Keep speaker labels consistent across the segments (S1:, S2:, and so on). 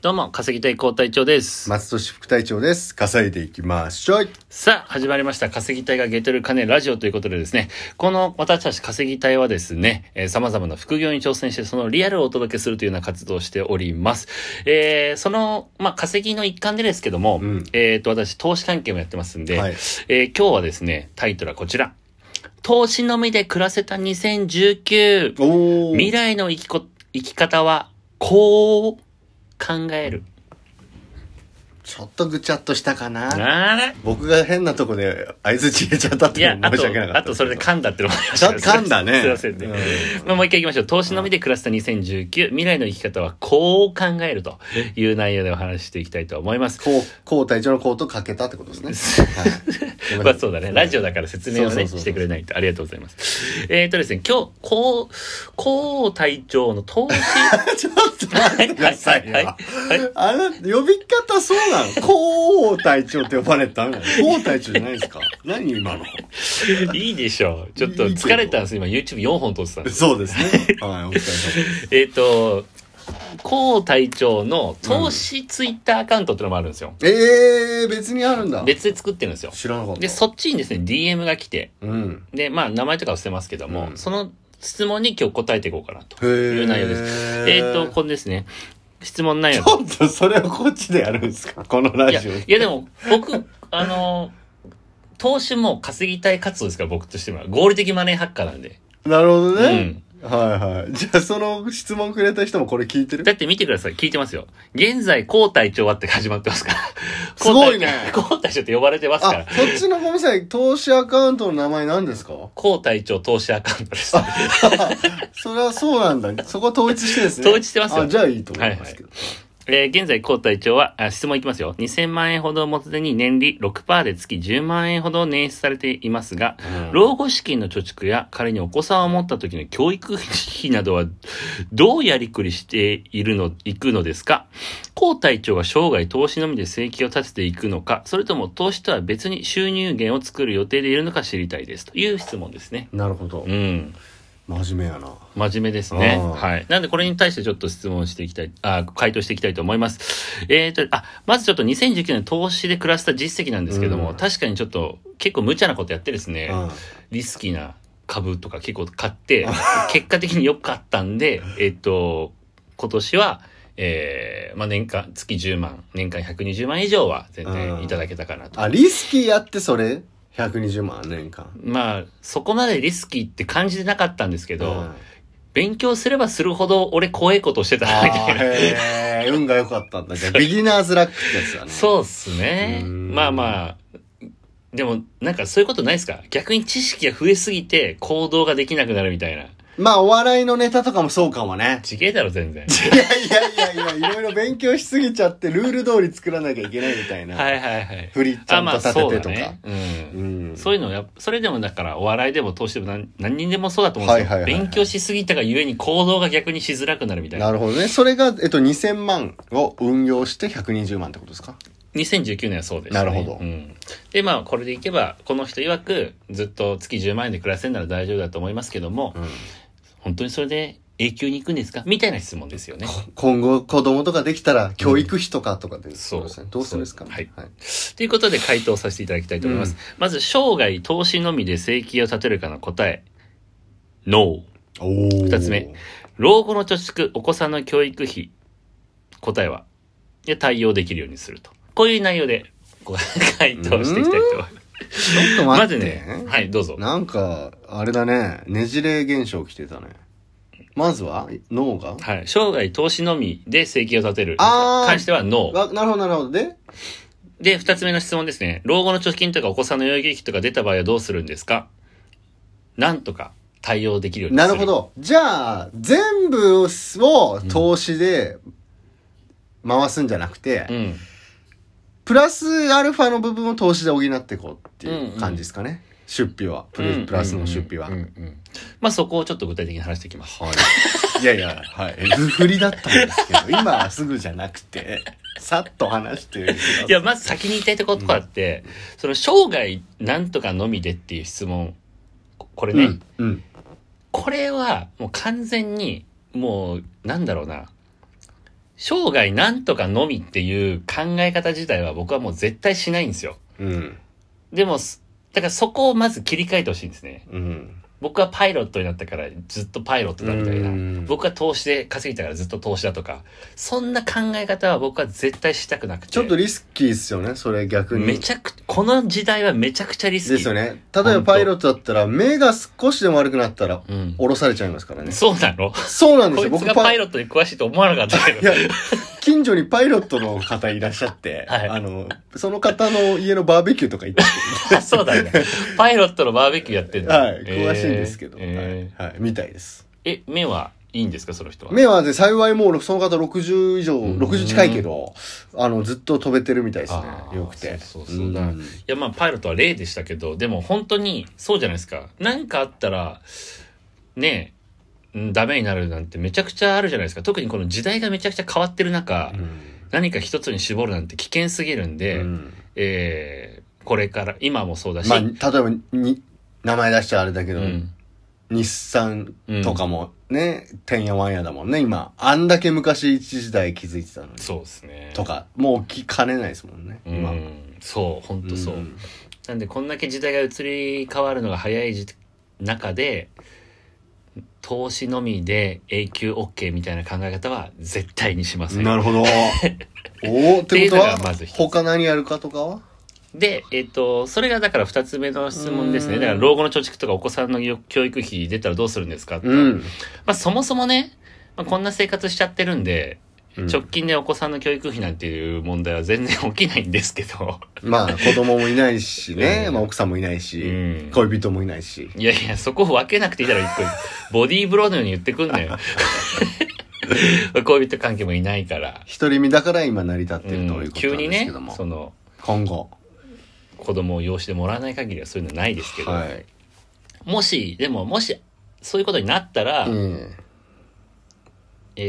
S1: どうも、稼ぎたい高隊長です。
S2: 松戸市副隊長です。稼いでいきましょう。
S1: さあ、始まりました。稼ぎ隊がゲテる金ラジオということでですね、この私たち稼ぎ隊はですね、えー様々な副業に挑戦して、そのリアルをお届けするというような活動をしております。えーその、まあ、稼ぎの一環でですけども、
S2: うん
S1: えっと、私、投資関係もやってますんで、
S2: はい
S1: えー今日はですね、タイトルはこちら。投資のみで暮らせた2019。
S2: お
S1: 未来の生きこ生き方はこう考える。
S2: ちょっとぐちゃっとしたかな。
S1: あれ
S2: 僕が変なとこで合図入れちゃったっ
S1: い
S2: ていう
S1: や、
S2: の
S1: あ
S2: 申し
S1: と
S2: 訳な、かった。
S1: あとそれで噛んだってのもありまし
S2: ちょ
S1: た
S2: っと噛んだ ね。
S1: すいませんね。
S2: う
S1: まあ、もう一回行きましょう。投資のみで暮らした2019、未来の生き方はこう考えるという内容でお話ししていきたいと思います。
S2: こう、こう隊長のこうとかけたってこと ですね。はい
S1: まあそうだね。ラジオだから説明を
S2: そうそ
S1: ね、
S2: うそう
S1: してくれないと。ありがとうございます。えっとですね、今日、こう、こう隊長の投資。
S2: ちょっと待ってくださいよ。
S1: はいは
S2: あれ、呼び方そうなのこう隊長って呼ばれたのこう隊長じゃない ですか何今の。
S1: いいでしょう。ちょっと疲れたんです。今 YouTube4 本撮ってたんです。
S2: そうですね。はい、お疲れ様です。
S1: えっと、こう隊長の投資ツイッターアカウントってのもあるんですよ。
S2: えー、別にあるんだ。
S1: 別で作ってるんですよ。
S2: 知らなかった。
S1: で、そっちにですね、DM が来て、
S2: うん。
S1: で、まあ、名前とかは捨てますけども、
S2: うん
S1: その質問に今日答えていこうかなとい
S2: いう
S1: 内容です。えっ、と、これですね、質問内容。
S2: ちょっとそれをこっちでやるんですかこの
S1: い
S2: ラ
S1: や、
S2: ジオ。
S1: いやでも、僕、あの、投資も稼ぎたい活動ですから、僕としては。合理的マネーハッカーなんで。
S2: なるほど
S1: う
S2: ね。
S1: ん。
S2: はいはい。じゃあその質問くれた人もこれ聞いてる
S1: だって見てください。聞いてますよ。現在、高隊長はって始まってますから。
S2: すごいね
S1: 高隊長って呼ばれてますか
S2: あ
S1: ら、。
S2: そっちのごめんなさい。投資アカウントの名前何ですか
S1: 高隊長投資アカウントです。
S2: それはそうなんだ。そこは統一してですね。
S1: 統一してますよ
S2: あ、じゃあいいと思いますけど。
S1: えー現在、高隊長は、あ質問いきますよ。2000万円ほどを元手に年利6%で月10万円ほどを捻出されていますが、
S2: うん
S1: 老後資金の貯蓄や仮にお子さんを持った時の教育費などは、どうやりくりしているの、いくのですか高隊長が生涯投資のみで生計を立てていくのか、それとも投資とは別に収入源を作る予定でいるのか知りたいです。という質問ですね。
S2: なるほど
S1: う。ん。
S2: 真面目やな。
S1: 真面目ですね。
S2: あー
S1: はい。なんで、これに対してちょっと質問していきたい、あー、回答していきたいと思います。えっ、と、あ、まずちょっと2019年投資で暮らした実績なんですけども、
S2: うん
S1: 確かにちょっと結構無茶なことやってですね、
S2: うん
S1: リスキーな株とか結構買って、結果的に良かったんで、えっ、と、今年は、えー、まあ、年間、月10万、年間120万以上は全
S2: う
S1: 然
S2: ん
S1: いただけたかなと。
S2: あ、リスキーやってそれ ?120 万年間。
S1: まあ、そこまでリスキーって感じてなかったんですけど、
S2: うん
S1: 勉強すればするほど俺怖いことしてたなみたいな。
S2: へー運が良かったんだ。じゃあビギナーズラックってやつだね。
S1: そうっすね。
S2: うん
S1: まあまあ。でも、なんかそういうことないですか逆に知識が増えすぎて行動ができなくなるみたいな。
S2: まあ、お笑いのネタとかもそうかもね。
S1: ちげえだろ、全然。
S2: いやいやいやいや、いろいろ勉強しすぎちゃって、ルール通り作らなきゃいけないみたいな。
S1: はいはいはい。
S2: 振りちゃんと立ててとか。
S1: うん。
S2: ん
S1: そういうのやっぱ、それでもだから、お笑いでも投資でも何何人でもそうだと思うんですよ、
S2: はいはいはいはい
S1: 勉強しすぎたがゆえに行動が逆にしづらくなるみたいな。
S2: なるほどね。それが、えっと、2000万を運用して120万ってことですか
S1: 2019年はそうでした、ね。
S2: なるほど
S1: うん。で、まあ、これでいけば、この人曰く、ずっと月10万円で暮らせるなら大丈夫だと思いますけども、本当にそれで永久に行くんですかみたいな質問ですよね。
S2: 今後、子供とかできたら、教育費とかとかで、
S1: そう
S2: ですねどうするんですかね
S1: はいということで回答させていただきたいと思います。まず、生涯投資のみで生計を立てるかの答え。NO。
S2: おー
S1: 二つ目。老後の貯蓄、お子さんの教育費。答えは。で、対応できるようにすると。こういう内容で、ご 回答していきたいと思います。
S2: ちょっと
S1: ま
S2: 待
S1: ず
S2: って。
S1: ね、はい、どうぞ。
S2: なんか、あれだね。ねじれ現象来てたね。まずは、脳が
S1: はい、生涯投資のみで生計を立てる。
S2: あー
S1: 関しては NO。
S2: わなるほど、なるほど。で、
S1: で、二つ目の質問ですね。老後の貯金とかお子さんの養育費とか出た場合はどうするんですかなんとか対応できるようにす
S2: な
S1: る。
S2: るほ。ど。じゃあ、全部を投資で回すんじゃなくて、
S1: うん。
S2: プラスアルファの部分を投資で補っていこうってい
S1: んう
S2: うんう感じですかね。出費はプレ
S1: うん
S2: プラスの出費は。
S1: うんうんうんまあそこをちょっと具体的に話していきます。
S2: いやいや、はい。ふ振りだったんですけど、今はすぐじゃなくて、さっと話してくださ
S1: いや、まず先に言いたいところとかあって、その生涯なんとかのみでっていう質問、ここれね、
S2: うん。うん。
S1: これはもう完全に、もうなんだろうな、生涯なんとかのみっていう考え方自体は僕はもう絶対しないんですよ。
S2: うん。
S1: でもす、だからそこをまず切り替えてほしいんですね。
S2: うん。
S1: 僕はパイロットになったからずっとパイロットだみたいな。
S2: うん
S1: 僕は投資で稼ぎたからずっと投資だとか。そんな考え方は僕は絶対したくなくて。
S2: ちょっとリスキーっすよね、それ逆に。
S1: めちゃく、この時代はめちゃくちゃリスキー。
S2: ですよね。例えばパイロットだったら、目が少しでも悪くなったら、
S1: うん。
S2: 降ろされちゃいますからね。
S1: そうなの
S2: そうなんで
S1: こ
S2: すよ。
S1: いつ
S2: 僕
S1: がパイロットに詳しいと思わなかったけ
S2: い
S1: ど。
S2: や、近所にパイロットの方いらっしゃって、
S1: はい
S2: あの、その方の家のバーベキューとか行って、
S1: あそうだね。パイロットのバーベキューや ってんだ。
S2: はい、詳しいんですけど、
S1: えーえ
S2: はい、はい、みたいです。
S1: ーえ目はいいんですかその人は。
S2: 目はね、幸いもうその方60以上、
S1: ん
S2: 60近いけど、あの、ずっと飛べてるみたいですね
S1: あ。ー
S2: よくて。
S1: そうそうそうだ
S2: ん
S1: いやまあパイロットは例でしたけどでも本当にそうじゃないですか何かあったらねえうんダメになるなんてめちゃくちゃあるじゃないですか特にこの時代がめちゃくちゃ変わってる中、
S2: うん
S1: 何か一つに絞るなんて危険すぎるんで、
S2: うん
S1: えーこれから今もそうだし、
S2: まあ、例えばに、名前出しちゃあれだけ
S1: う
S2: ど、
S1: ん、
S2: 日産とかもね、てんやわんやだもんね、今。あんだけ昔一時代気づいてたのに。
S1: そうですね
S2: とか、もうきかねないですもんね、
S1: うん
S2: 今。
S1: そう本当そう、
S2: ん
S1: なんでこんだけ時代が移り変わるのが早い時中で投資のみで永久 OK みたいな考え方は絶対にしません
S2: なるほ ど。おおってこと
S1: っていうのがま
S2: は
S1: ず一つ
S2: 他何やるかとかは
S1: で、えっ、と、それがだから二つ目の質問ですね。
S2: うん
S1: だから老後の貯蓄とかお子さんのよ教育費出たらどうするんですかって、
S2: うん。
S1: まあそもそもね、まあ、こんな生活しちゃってるんで、
S2: うん
S1: 直近でお子さんの教育費なんていう問題は全然起きないんですけど。
S2: まあ子供もいないしね、
S1: うん
S2: まあ奥さんもいないうし、
S1: ん。
S2: 恋人もいないし。
S1: いやいや、そこを分けなくていいだろ、一個一個ボディーブローのように言ってくんなよ。 恋人関係もいないから。
S2: 独り身だから今成り立って
S1: う
S2: る
S1: ん
S2: ということ
S1: 急
S2: なん
S1: に
S2: です
S1: ね
S2: けども、
S1: その、
S2: 今後
S1: 子供を養子でもらわない限りはそういうのないですけど、
S2: はい、
S1: もし、でも、もし、そういうことになったら、
S2: え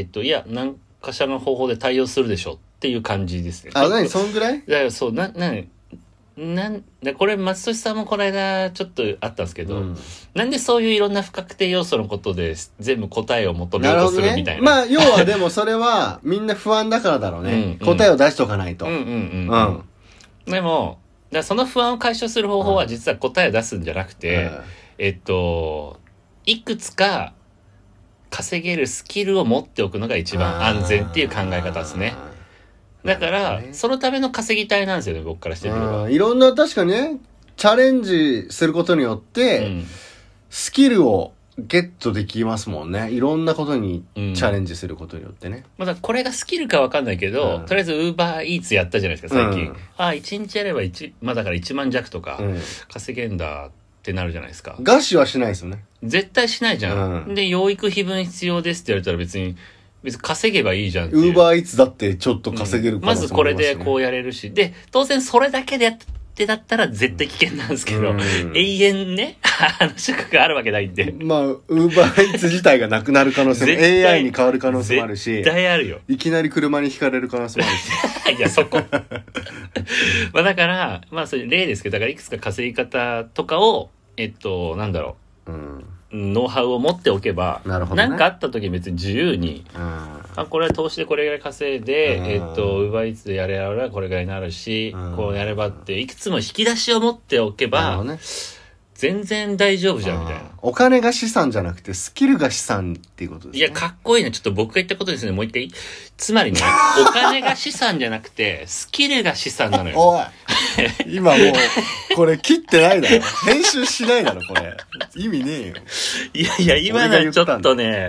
S1: えっ、と、いや、何かしらの方法で対応するでしょうっていう感じですね。
S2: えあ何
S1: そ
S2: そんぐらい
S1: だからそう、な、な、なんだこれ松俊さんもこの間ちょっとあったんですけど、
S2: うん
S1: なんでそういういろんな不確定要素のことで全部答えを求め
S2: な
S1: ようと
S2: るほど
S1: するみた
S2: ね
S1: い
S2: ま
S1: な。
S2: あ要はでもそれはみんな不安だからだろうね、
S1: うんうん
S2: 答えを出しとかないと、
S1: うんうん
S2: う
S1: うんん。でも、だからその不安を解消する方法は実は答えを出すんじゃなくて、えっと、いくつか稼げるスキルを持っておくのが一番安全っていう考え方ですね。だから、そのための稼ぎたいなんですよね、僕からしてみれば。
S2: うんいろんな確かにねチャレンジすることによって、
S1: うん
S2: スキルをゲットできますもんねいろんなことにチ
S1: うん
S2: ャレンジすることによってね、
S1: まあだからこれがスキルかわかんないけど、
S2: うん
S1: とりあえずウーバーイーツやったじゃないですか、最近。
S2: うん
S1: ああ、1日やれば1、まあだから1万弱とか
S2: う
S1: 稼げんだってなるじゃないですか
S2: ん、。餓死はしないですよね
S1: 絶対しないじゃん。
S2: うん
S1: で、養育費分必要ですって言われたら別に、別に稼げばいいじゃんってい
S2: ウ
S1: う。
S2: ーバーイーツだってちょっと稼げる
S1: うん
S2: 可
S1: ま
S2: 能性
S1: ずこれ
S2: もあり
S1: で
S2: ま
S1: こうやれるし。で、当然それだけでやってだったら絶対危険なんですけど、
S2: すね
S1: 永遠ね、あの、職があるわけないんで。
S2: うんまあウーバーイーツ自体がなくなる可能性
S1: 絶対
S2: も AI に変わる可能性もあるし
S1: 絶対あるよ。
S2: いきなり車にひかれる可能性もあるし
S1: いや、そ こ。まあだから、まあそういう例ですけど、だからいくつか稼ぎ方とかを、えっと、なんだろ
S2: うん
S1: う、ノウハウを持っておけば、
S2: なるほどね
S1: んかあった時に別に自由に、
S2: うん
S1: あ、これは投資でこれぐらい稼いで、
S2: うん
S1: えっと、ウーバーイーツでやれやればこれぐらいになるし、
S2: うん
S1: こうやればって、いくつも引き出しを持っておけ
S2: なる
S1: ば、
S2: ほどね
S1: 全然大丈夫じゃん、みたいな
S2: あー。お金が資産じゃなくてスキルが資産っていうことです
S1: い
S2: ね
S1: や、かっこいいな。ちょっと僕が言ったことですね。もう一回いい。つまり ね、お金が資産じゃなくて、スキルが資産なのよ。
S2: おい今もうこれ切ってないだろ編集しないだろこれ意味ねえ
S1: い
S2: よ
S1: やいや、今のはちょっとね、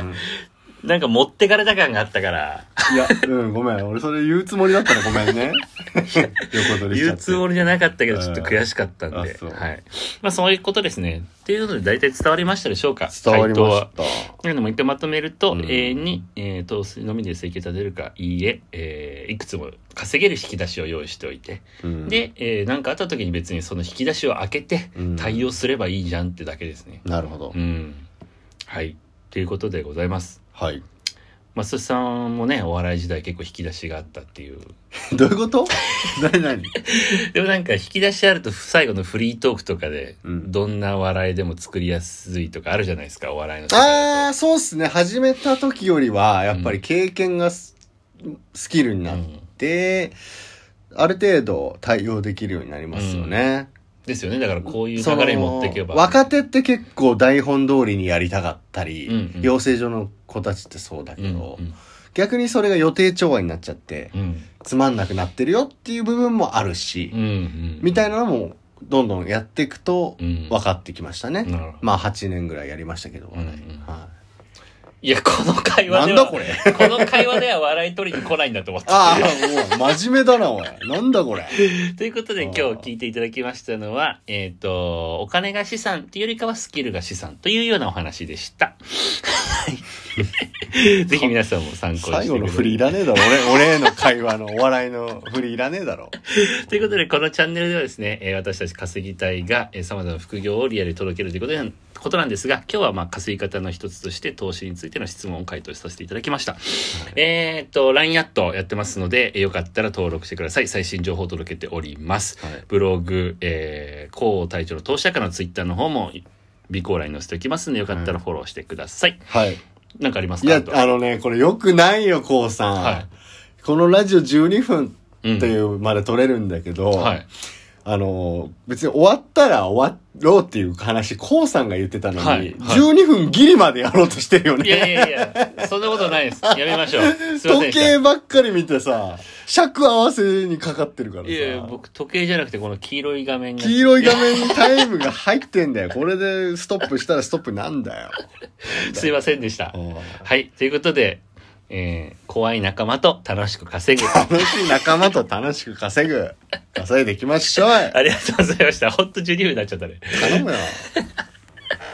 S1: なんか持ってかれた感があったから、
S2: いや、うん、ごめん。俺それ言うつもりだったらごめんね。横取りしち
S1: 言
S2: ゃって。
S1: うつもりじゃなかったけど、
S2: うん
S1: ちょっと悔しかったんで。は
S2: あ
S1: い
S2: そう。
S1: まあそういうことですね。っていうので大体伝わりましたでしょうか
S2: 伝わりまし
S1: 回答は
S2: た。
S1: なのでもう一回まとめると、
S2: うん
S1: 永遠に、えー、投資のみで請求立てるか、いいえ、えーいくつも稼げる引き出しを用意しておいて、
S2: うん、
S1: で、えーなんかあった時に別にその引き出しを開けて
S2: うん
S1: 対応すればいいじゃんってだけですね。
S2: なるほど
S1: う。ん。はい。ということでございます。
S2: はい。
S1: 松田さんもね、お笑い時代結構引き出しがあったっていう。
S2: どういうこと何何
S1: でもなんか引き出しあると最後のフリートークとかで、
S2: うん
S1: どんな笑いでも作りやすいとかあるじゃないですか、お笑いの世界だと。
S2: あー、そうっすね。始めた時よりは、やっぱり経験がすスキルにな
S1: う
S2: っ
S1: ん
S2: て、ある程度対応できるようになりますよね。
S1: ですよね。だからこういう
S2: その
S1: 流れに持っていけば。
S2: 若手って結構台本通りにやりたかったり、
S1: うんうん
S2: 養成所の子たちってそうだけ
S1: うん
S2: ど、
S1: うん
S2: 逆にそれが予定調和になっちゃって、
S1: うん
S2: つまんなくなってるよっていう部分もあるし、
S1: うんうん
S2: みたいなのもどんどんやっていくと
S1: うん
S2: 分かってきましたね。
S1: なるほど
S2: まあ8年ぐらいやりましたけど、
S1: うんうん
S2: はい
S1: や、この会
S2: い、
S1: 話
S2: な
S1: で
S2: ん
S1: は、
S2: だこれ
S1: この会話では笑い取りに来ないんだと思った。
S2: ああ、もう真面目だな、おい。なんだこれ。
S1: ということで
S2: あ
S1: 今
S2: ー
S1: 日聞いていただきましたのは、えっ、と、お金が資産というよりかはスキルが資産というようなお話でした。 はいぜひ皆さんも参考にしてください。
S2: 最後の振りいらねえだろ。俺、俺への会話のお笑いの振りいらねえだろ。
S1: ということで、このチャンネルではですね、えー私たち稼ぎ隊が、えー、様々な副業をリアルに届けるということなんことなんですが、今日はまあ稼ぎ方の一つとして投資についての質問を回答させていただきました。えーっと、LINE アットやってますので、えーよかったら登録してください。最新情報を届けております。
S2: はい
S1: ブログ、えー、広報隊長の投資家のツイッターの方も、備考欄に載せておきますので、よかったらフォローしてください。
S2: はい。
S1: なんかあります
S2: い
S1: か
S2: や
S1: あと、
S2: あのね、これ良くないよ、こうさん。
S1: は
S2: このラジオ12分
S1: うん
S2: っていうまで撮れるんだけど、
S1: はい。
S2: あの、別に終わったら終わろうっていう話、こうさんが言ってたのに、
S1: はいはい
S2: 12分ギリまでやろうとしてるよ
S1: いや
S2: ね。
S1: いやいや、そんなことないです。やめましょう。すいませんで
S2: 時
S1: した
S2: 計ばっかり見てさ、尺合わせにかかってるからさ。
S1: いやいや、僕、時計じゃなくて、この黄色い画面が。
S2: 黄色い画面にタイムが入ってんだよ。これでストップしたらストップなんだよ。
S1: すいませんでした。
S2: うん
S1: はい、ということで、えー、怖い仲間と楽しく 稼ぐ。
S2: 楽しい仲間と楽しく稼ぐ。稼いでいきましょう。
S1: ありがとうございました。ほんと12分になっちゃったね。
S2: 頼むよ。